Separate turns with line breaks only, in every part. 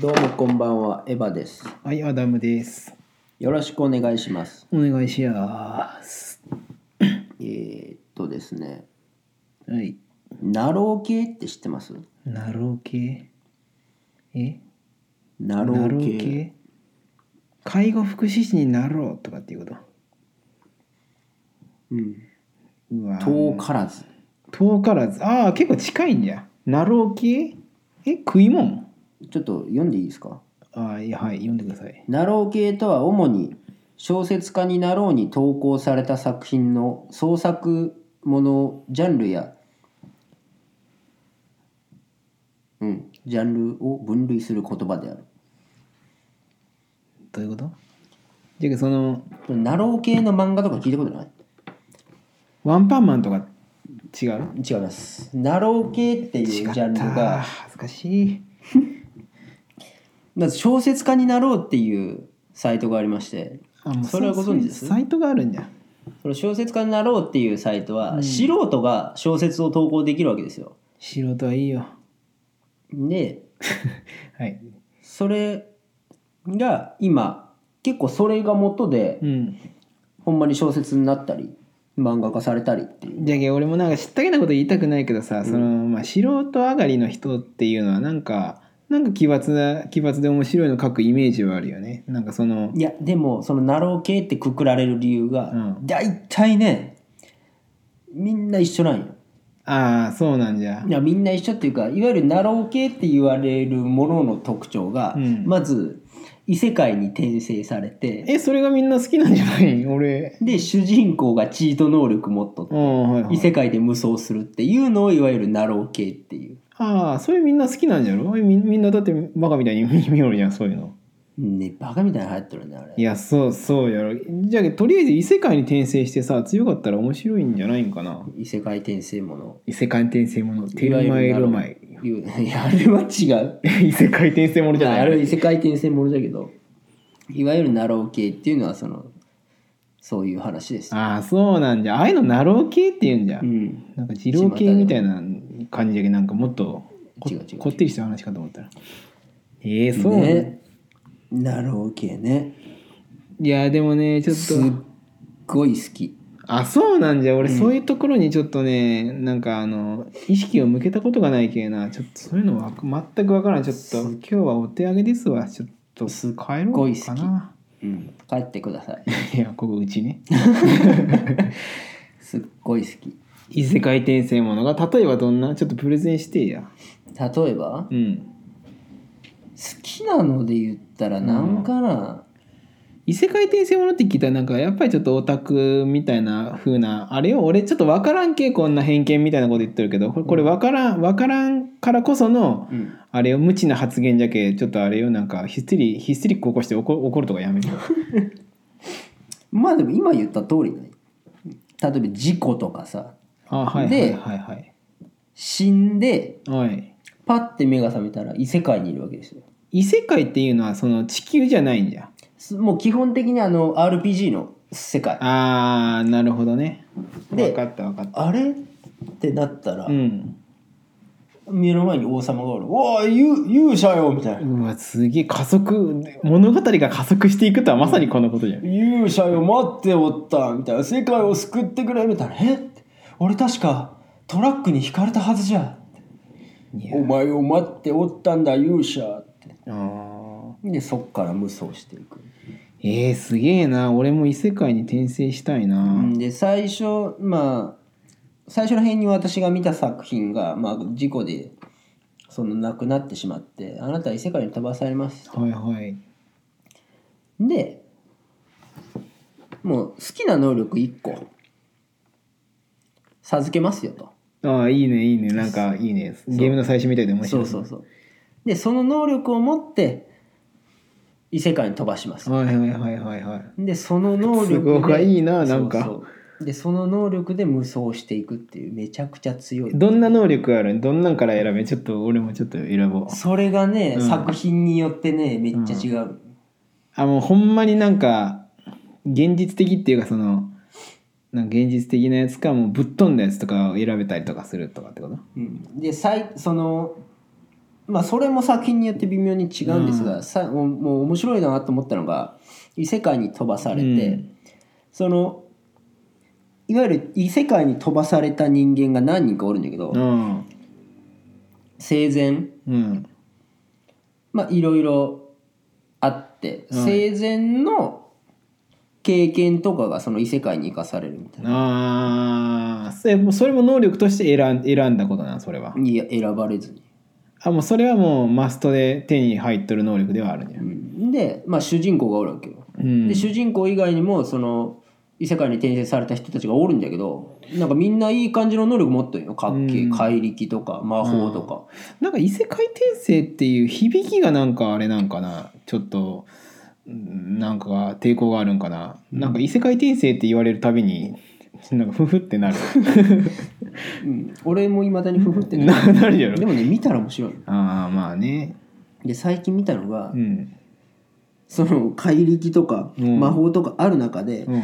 どうもこんばんは、エヴァです。
はい、アダムです。
よろしくお願いします。
お願いします。
えー、っとですね、
はい。
ナロー系って知ってます
ナロー系え
ナ
ナ
ロ
ロ
ー系
ー系介護福祉士になろうとかっていうこと
うん、
うわ
遠からず。
遠からず。ああ、結構近いんじゃ。ナロー系え食い物
ちょっと読んでいいですか
ああ、いやはい、読んでください。
ナロー系とは主に小説家になろうに投稿された作品の創作ものジャンルや、うん、ジャンルを分類する言葉である。
どういうことじゃあその、
これナロー系の漫画とか聞いたことない
ワンパンマンとか違う
違います。ナロー系っていうジ
違った
ャンルが、
恥ずかしい。
まず小説家になろうっていうサイトがありまして、
あもう
それはご存知です
サイトがあるんじゃ。
その小説家になろうっていうサイトは、素人が小説を投稿できるわけですよ。
素人はいいよ。
で、
はい。
それが今、結構それが元で
う、ん。
ほんまに小説になったり、漫画化されたりっていう。
じゃけ俺もなんか知ったけなこと言いたくないけどさ、そのまあ、素人上がりの人っていうのはなんかなんか奇抜な奇抜で面白いの書くイメージはあるよねなんかその
いや、でも、そのナロー系ってくくられる理由が
う、ん
大体ね、みんな一緒なんよ。
ああそうなんじゃ
いやみんな一緒っていうかいわゆるナロー系って言われるものの特徴が、
うん
まず異世界に転生されて
えそれがみんな好きなんじゃない 俺
で主人公がチート能力持っとって
ああはい、は
異
い、
世界で無双するっていうのをいわゆるナロー系っていう、
ああそれみんな好きなんじゃろみみんなだってバカみたいに見 よるじゃんそういうの
ねバカみたいなの流行ってるねあれ
いやそうそうやろじゃけとりあえず異世界に転生してさ強かったら面白いんじゃないんかな
異世界転生もの
異世界転生ものテ
いわ
ル
ゆ
マエ
るナロ
ロ
ー
マエ
いういやあれは違う
異世界転生ものじゃ
ま
な
あ
い
あれは異世界転生ものだけどいわゆるナロー系っていうのはそのそういう話ですよ
ああそうなんじゃああいうのナロー系って言うんじゃ、
うん
なんか二郎系みたいな感じだけどなんかもっとこ
違う違う
こってりした話かと思ったらええそう、ね、
ねナロー系ね
いやでもねちょっ
すっ
と
ごい好き
あそうなんじゃ俺そういうところにちょっとね、なんかあの意識を向けたことがないけえなちょっとそういうのは全くわからんちょっと今日はお手上げですわちょっと
すっ
帰
ご
ろ
いう好き
かな
うん帰ってください
いやここうちね
すっごい好き
異世界転生ものが例えばどんなちょっとプレゼンしてや
例えば好
うん
きなので言ったらなんかな、
異世界転生ものって聞いたらなんかやっぱりちょっとオタクみたいな風なあれよ俺ちょっと分からんけこんな偏見みたいなこと言ってるけどこれこれ分からん分からんからこその
うん
あれよ無知な発言じゃけちょっとあれよなんかヒステリヒステリック起こして怒怒るとかやめる
まあでも今言った通りだね例えば事故とかさ
あはいは
で
いはいはい
死んで
はい
パッて目が覚めたら異世界にいるわけですよ
異世界っていうのはその地球じゃないんじゃ
すもう基本的にあの RPG の世界あ
あーなるほどね
で
分かった分かった
れってなったら、
うん
目の前に王様がおる「おお勇勇者よ」みたいな
うわすげえ加速物語が加速していくとはまさにこんなことじゃん
勇者よ待っておったみたいな世界を救ってくれみたいなえって俺確かトラックにひかれたはずじゃ
いや
お前を待っておったんだ勇者って
あー
でそっから無双していく、
えー、すげえな俺も異世界に転生したいな、
で最初まあ最初の辺に私が見た作品が、まあ、事故でその亡くなってしまってあなたは異世界に飛ばされます
はいはい
でもう好きな能力1個授けますよと。
ああいいねいいねなんかいいねゲームの最初みたいで面
そ
白
う
い
そうそうでその能力を持って異世界に飛ばします
はいはいはいはいはい
でその能
す
力
ご
で
くいいななん
そ
か
うそうでその能力で無双していくっていうめちゃくちゃ強い
どんな能力あるどんなんから選べちょっと俺もちょっと選ぼう
それがね、
うん
作品によってねめっちゃ違う、
あもうほんまになんか現実的っていうかそのなんか現実的なやつかもうぶっ飛んだやつとかを選べたりとかするとかってこと
うんで最そのまあそれも作品によって微妙に違うんですが、さもうもう面白いなと思ったのが異世界に飛ばされて、
うん
そのいわゆる異世界に飛ばされた人間が何人かおるんだけど、
うん
生前
うん
まあいろいろあって、
うん
生前の経験とかがその異世界に生かされるみたいな。
ああそれもそれも能力として選ん選んだことなんそれはい
や選ばれずに、
あもうそれはもうマストで手に入っとる能力ではあるね
うん、で、まあ、主人公がおるわけよ、
うん
で主人公以外にもその異世界に転生された人たちがおるんだけどなんかみんないい感じの能力持ってるよかっけえ
うん
怪力とか魔法とか、
なんか異世界転生っていう響きがなんかあれなんかなちょっとうんなんか抵抗があるんかな、なんか異世界転生って言われるたびになんかフフってなる
うん俺もいまだにフフって な
ななるや
で
ろ
もね見たら面白い
ああまあね
で最近見たのが、
うん
その怪力とか
うん
魔法とかある中で、
うん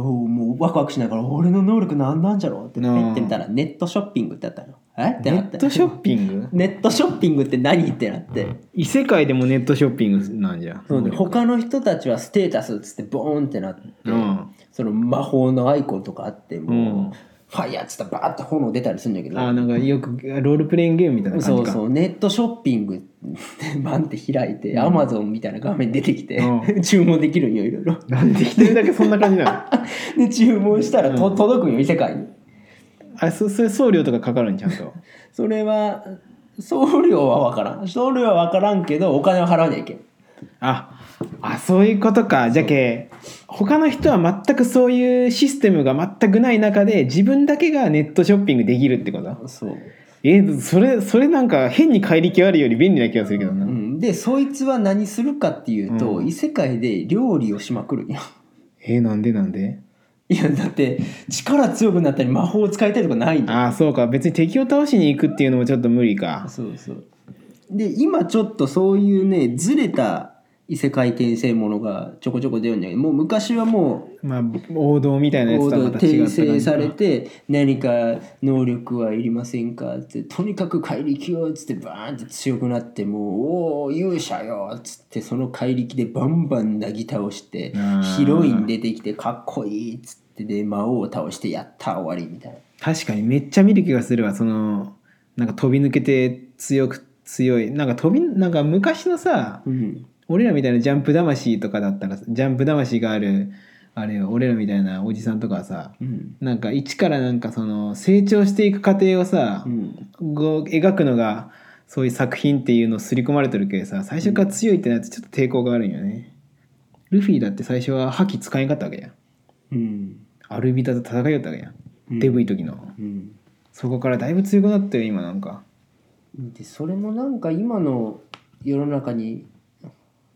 おーもうワクワクしながら俺の能力なんなんじゃろうって
な
ペ
あ
って見たらネットショッピングってあったのえって
ネ
なっ
ッ
て
トショッピン グ
ネットショッピングって何ってなって、
異世界でもネットショッピングなんじゃ
そうね他の人たちはステータスっつってボーンってなって、
うん
その魔法のアイコンとかあってもう、
うん
ファイヤーっつったらバーって炎出たりするんだけ
あー
ど
なんかよくロールプレイングゲームみたいな感
そ
じ
う
か
そうネットショッピングってバンって開いて、アマゾンみたいな画面出てきて、
う
注文できるんよいろいろ
なんで一人だけそんな感じなの
で注文したらと、届くんよ異世界に
あれそそれ送料とかかかるんちゃんと
それは送料は分からん送料は分からんけどお金を払わなきゃいけん
ああそういうことかじゃけ他の人は全くそういうシステムが全くない中で自分だけがネットショッピングできるってこと
そう、
えそれそれなんか変に怪力あるより便利な気がするけど
う
な、
ん、でそいつは何するかっていうと、
うん
異世界で料理をしまくるん よ
えなんでなんで
いやだって力強くなったり魔法を使いたいとかないんだよ
ああそうか別に敵を倒しに行くっていうのもちょっと無理か
そうそうで今ちょっとそういうねずれた異世界転生ものがちょこちょこ出るんだけどもう昔はもう
まあ王道みたいなやつとはまた違
転
った感
生
じか
されて何か能力はいりませんかってとにかく怪力をっつってバーンって強くなってもうおお勇者よっつってその怪力でバンバンなぎ倒して
あー
ヒロイン出てきてかっこいいっつってで魔王を倒してやった終わりみたいな。
確かにめっちゃ見る気がするわそのなんか飛び抜けて強く強いなんか飛びなんか昔のさ
うん
俺らみたいなジャンプ魂とかだったらジャンプ魂があるあれよ俺らみたいなおじさんとかはさ
うん
なんか一からなんかその成長していく過程をさ
う、ん
こう描くのがそういう作品っていうのすり込まれてるけどさ最初から強いってなってちょっと抵抗があるんよね。ルフィだって最初は覇気使えんかったわけやん。
うん
アルビタと戦いよったわけやん。
うん
デブい時の。
うん
そこからだいぶ強くなったよ今なんか。
でそれもなんか今の世の中に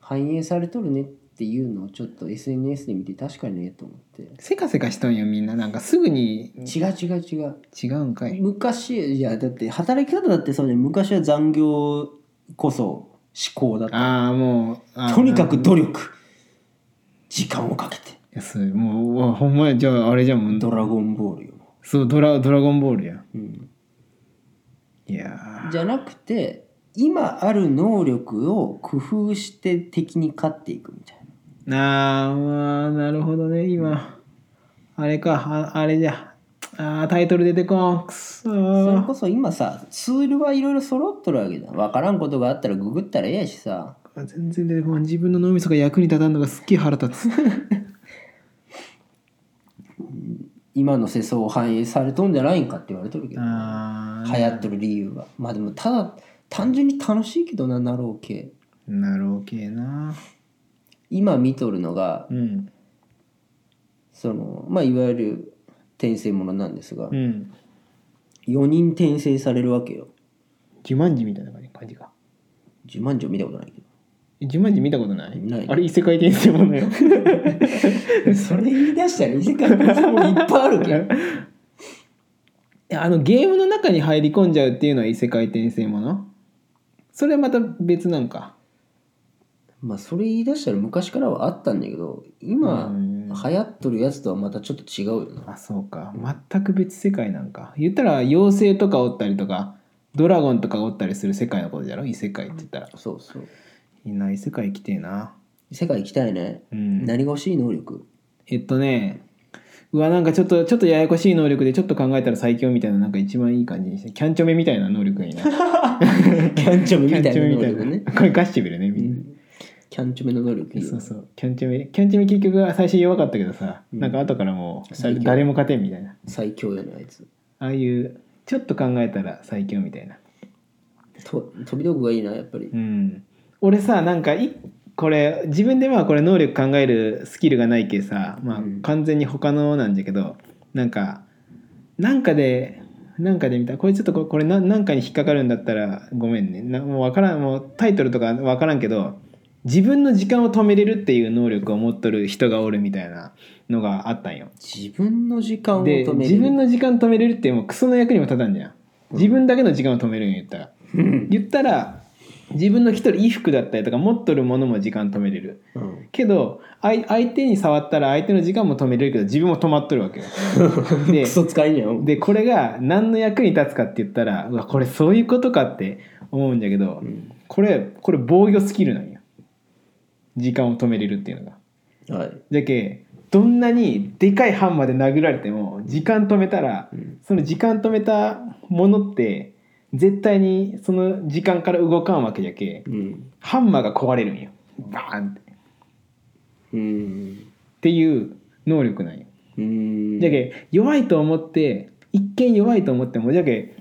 反映されとるねっていうのをちょっと SNS で見て確かにねと思って
せかせかしとんよみんななんかすぐに
違う違う違う
違うんかい。
昔いやだって働き方だってそうね昔は残業こそ思考だっ
ああもうあ
た
ー
とにかく努力時間をかけて
いやそうもううわほんまやじゃああれじゃんもう
ドラゴンボールよ、
そうドラドラゴンボールや
うん、
いや
じゃなくて今ある能力を工夫して敵に勝っていくみたいな
ーあーまあなるほどね今あれかああれじゃあータイトル出てこんくそ
それ
ー
こそ今さツールはいろいろ揃っとるわけだ分からんことがあったらググったらええやしさ
全然出てこん自分の脳みそが役に立たんのがすっげえ腹立つ
今の世相を反映されとんじゃないんかって言われとるけど
あ
流
あ
行っとる理由はまあでもただ単純に楽しいけどななろう系
なろうけな
今見とるのが
うん
そのまあいわゆる転生ものなんですが、
うん
4人転生されるわけよ
ジュマンジみたいな感じ感じか
10万条見たことないけ
えジュマンジ見たことない
ない
あれ異世界転生もの よ
ど それ言い出したら異世界転生も いっぱいあるけん
いやあのゲームの中に入り込んじゃうっていうのは異世界転生ものそれはまた別なんか
まあそれ言い出したら昔からはあったんだけど今
うん
流行っとるやつとはまたちょっと違うよな
あそうか全く別世界なんか言ったら妖精とかおったりとかドラゴンとかおったりする世界のことじゃろ異世界って言ったら
そうそう
いいな異世界来てえな
世界行きたいね、
うん
何が欲しい能力
えっとねうわなんかちょっとちょっとややこしい能力でちょっと考えたら最強みたいななんか一番いい感じにしてキャンチョメみたいな能力がいいなキ
キャンチョメみ
ャン
たい
チョ
な
メ
能
みたい
力
な、
ね
これガッシブルねみんな、
キャンチョメの能力いいよ
そうそうキャンチョメキャンチョメ結局は最初弱かったけどさ、なんか後からも
最強
う誰も勝てんみたいな
最強やなあいつ
ああいうちょっと考えたら最強みたいな
と飛び道具がいいなやっぱり、
うん俺さなんかいこれ自分でまあこれ能力考えるスキルがないけさ、まあ
うん、
完全に他のなんじゃけどなんかなんかでなんかで見たこれちょっとここれななんかに引っかかるんだったらごめんねなもうわからんもうタイトルとかわからんけど自分の時間を止めれるっていう能力を持っとる人がおるみたいなのがあったんよ。
自分の時間を
で
止める
自分の時間止めれるってもうクソの役にも立たんじゃん自分だけの時間を止めるんよ言ったら言ったら自分の着とる衣服だったりとか持っとるものも時間止めれる
うん
けどあい相手に触ったら相手の時間も止めれるけど自分も止まっとるわけよで
クソ使いじゃん
でこれが何の役に立つかって言ったらうわこれそういうことかって思うんだけど
うん
これこれ防御スキルなんよ時間を止めれるっていうのが
はい
だけどんなにでかいハンマーで殴られても時間止めたら、
うん
その時間止めたものって絶対にその時間から動かんわけじゃけ
うん
ハンマーが壊れるんよバーンってっ
うん
ていう能力なんよ
うん
じゃけ弱いと思って一見弱いと思ってもじゃけ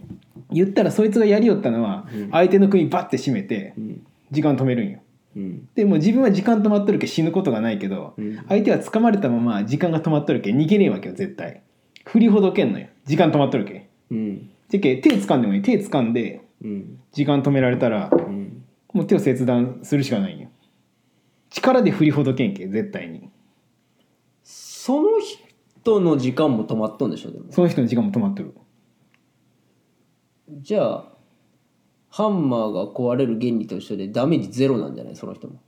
言ったらそいつがやりよったのは
うん
相手の首バッて締めて
うん
時間止めるんよ
うん
でもう自分は時間止まっとるけ死ぬことがないけど、
うん
相手は掴まれたまま時間が止まっとるけ逃げねえわけよ絶対振りほどけんのよ時間止まっとるけ
うん
じゃけ手掴んでもいい手掴んで
うん
時間止められたら
うん
もう手を切断するしかないんよ力で振りほどけんけ絶対に
その人の時間も止まっとんでしょでも
その人の時間も止まっとる
じゃあハンマーが壊れる原理と一緒でダメージゼロなんじゃないその人も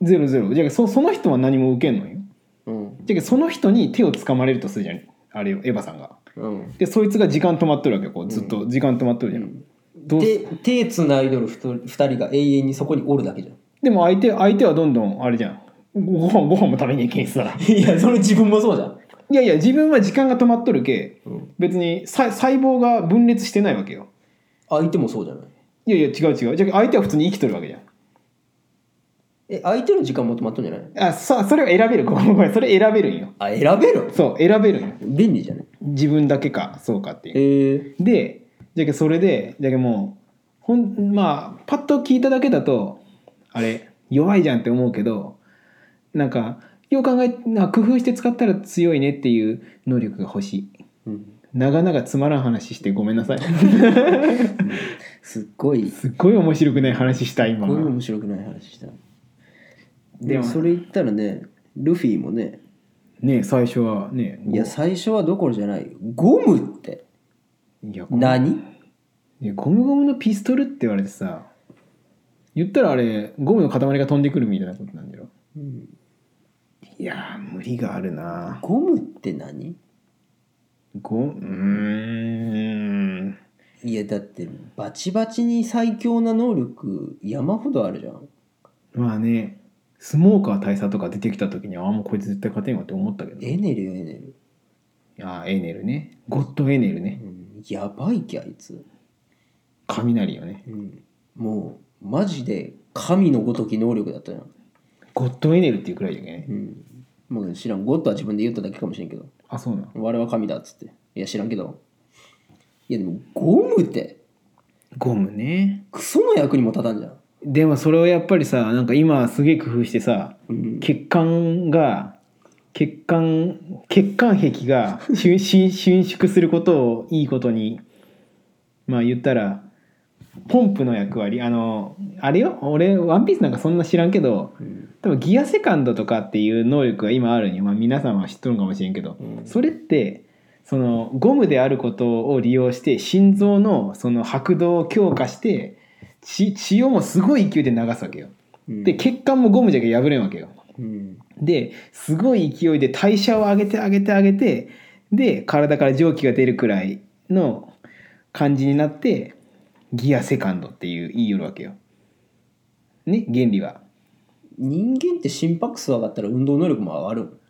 ゼロゼロじゃけそその人は何も受けんのよ
うん
じゃけその人に手を掴まれるとするじゃんあれよエヴァさんが
うん
でそいつが時間止まっとるわけよこうずっと時間止まっとるじゃん、どうす
手手つないどる2人が永遠にそこにおるだけじゃん
でも相手相手はどんどんあれじゃんご飯ご飯も食べに行けんしさ
いやそれ自分もそうじゃん
いやいや自分は時間が止まっとるけ、
うん
別に細細胞が分裂してないわけよ
相手もそうじゃない
いやいや違う違うじゃあ相手は普通に生きとるわけじゃん
え相手の時間も止まっとんじゃない
あさそれを選べるごめんごめんそれ選べるんよ
あ選べる
そう選べるんよ
便利じゃない
自分だけかそうかっていう
ええ
でじゃけそれでじゃけもうほんまあパッと聞いただけだとあれ弱いじゃんって思うけどなんかよう考えな工夫して使ったら強いねっていう能力が欲しい
うん、
長々つまらん話してごめんなさい
すっごいす
すっごい面白くない話した今
っごい面白くない話したで
で
も
も
それ言ったらねルフィもね
ねえ最初はねえ
いや最初はどころじゃないゴムって
いやゴム
何
いやゴムゴムのピストルって言われてさ言ったらあれゴムの塊が飛んでくるみたいなことなんだよ、いやー無理があるな
ゴムって何
ゴうーん
いやだってバチバチに最強な能力山ほどあるじゃん
まあねスモーカー大佐とか出てきた時にはあもうこいつ絶対勝てんわって思ったけど
エネルよエネル、
あーエネルねゴッドエネルね
うん、やばいきあいつ、
雷よね
うん、もうマジで神のごとき能力だったじゃん、
ゴッドエネルっていうくらいだけどね
うん、もう知らんゴッドは自分で言っただけかもしれんけど
あそうなの
我は神だっつっていや知らんけどいやでもゴムって
ゴムね
クソの役にも立たんじゃん
でもそれをやっぱりさなんか今すげえ工夫してさ
うん
血管が血管血管壁が収 収収縮することをいいことにまあ言ったらポンプの役割あのあれよ俺「ワンピースなんかそんな知らんけど
うん
多分ギアセカンドとかっていう能力が今あるんよ、まあ、皆さんは知っとるんかもしれんけど、
うん
それってそのゴムであることを利用して心臓のその拍動を強化して血血をもうすごい勢いで流すわけよ。
うん
で血管もゴムじゃけ破れんわけよ。
うん
ですごい勢いで代謝を上げて上げて上げてで体から蒸気が出るくらいの感じになってギアセカンドっていう言いよるわけよ。ね原理は。
人間って心拍数上がったら運動能力も上がる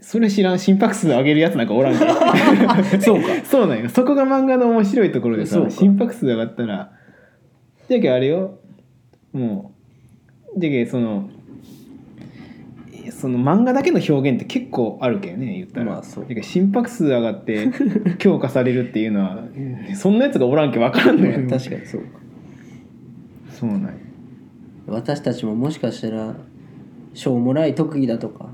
それ知らん心拍数上げるやつなんかおらんけ ど
そうか
そうなんよそこが漫画の面白いところで
そう
さ
か
心拍数上がったらじゃけあれよもうじゃけそのえその漫画だけの表現って結構あるけんね言ったら、
まあそう
じゃけ心拍数上がって強化されるっていうの はそんなやつがおらんけん分からんのよ
確かにそうか
そうなんよ
私たちももしかしたらしょうもない特技だとか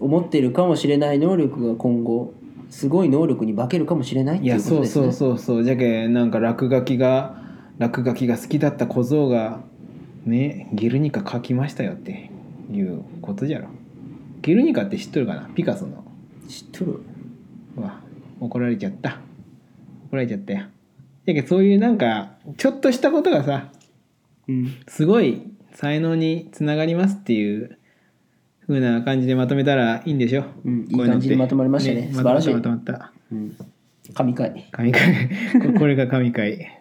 思っているかもしれない能力が今後すごい能力に化けるかもしれないって
い
いう
や
こと
そう
ですね
そうそうそうじゃけなんか落書きが落書きが好きだった小僧がね「ゲルニカ描きましたよ」っていうことじゃろゲルニカって知っとるかなピカソの
知っとる
うわ怒られちゃった怒られちゃったよじゃけそういうなんかちょっとしたことがさ
うん
すごい才能につながりますっていうふうな感じでまとめたらいいんでしょ、
うんいい
こううの
感
って
じにまとまりましたね素晴らしい
まとまったまとまっ
う
た
ん神回
神回これが神回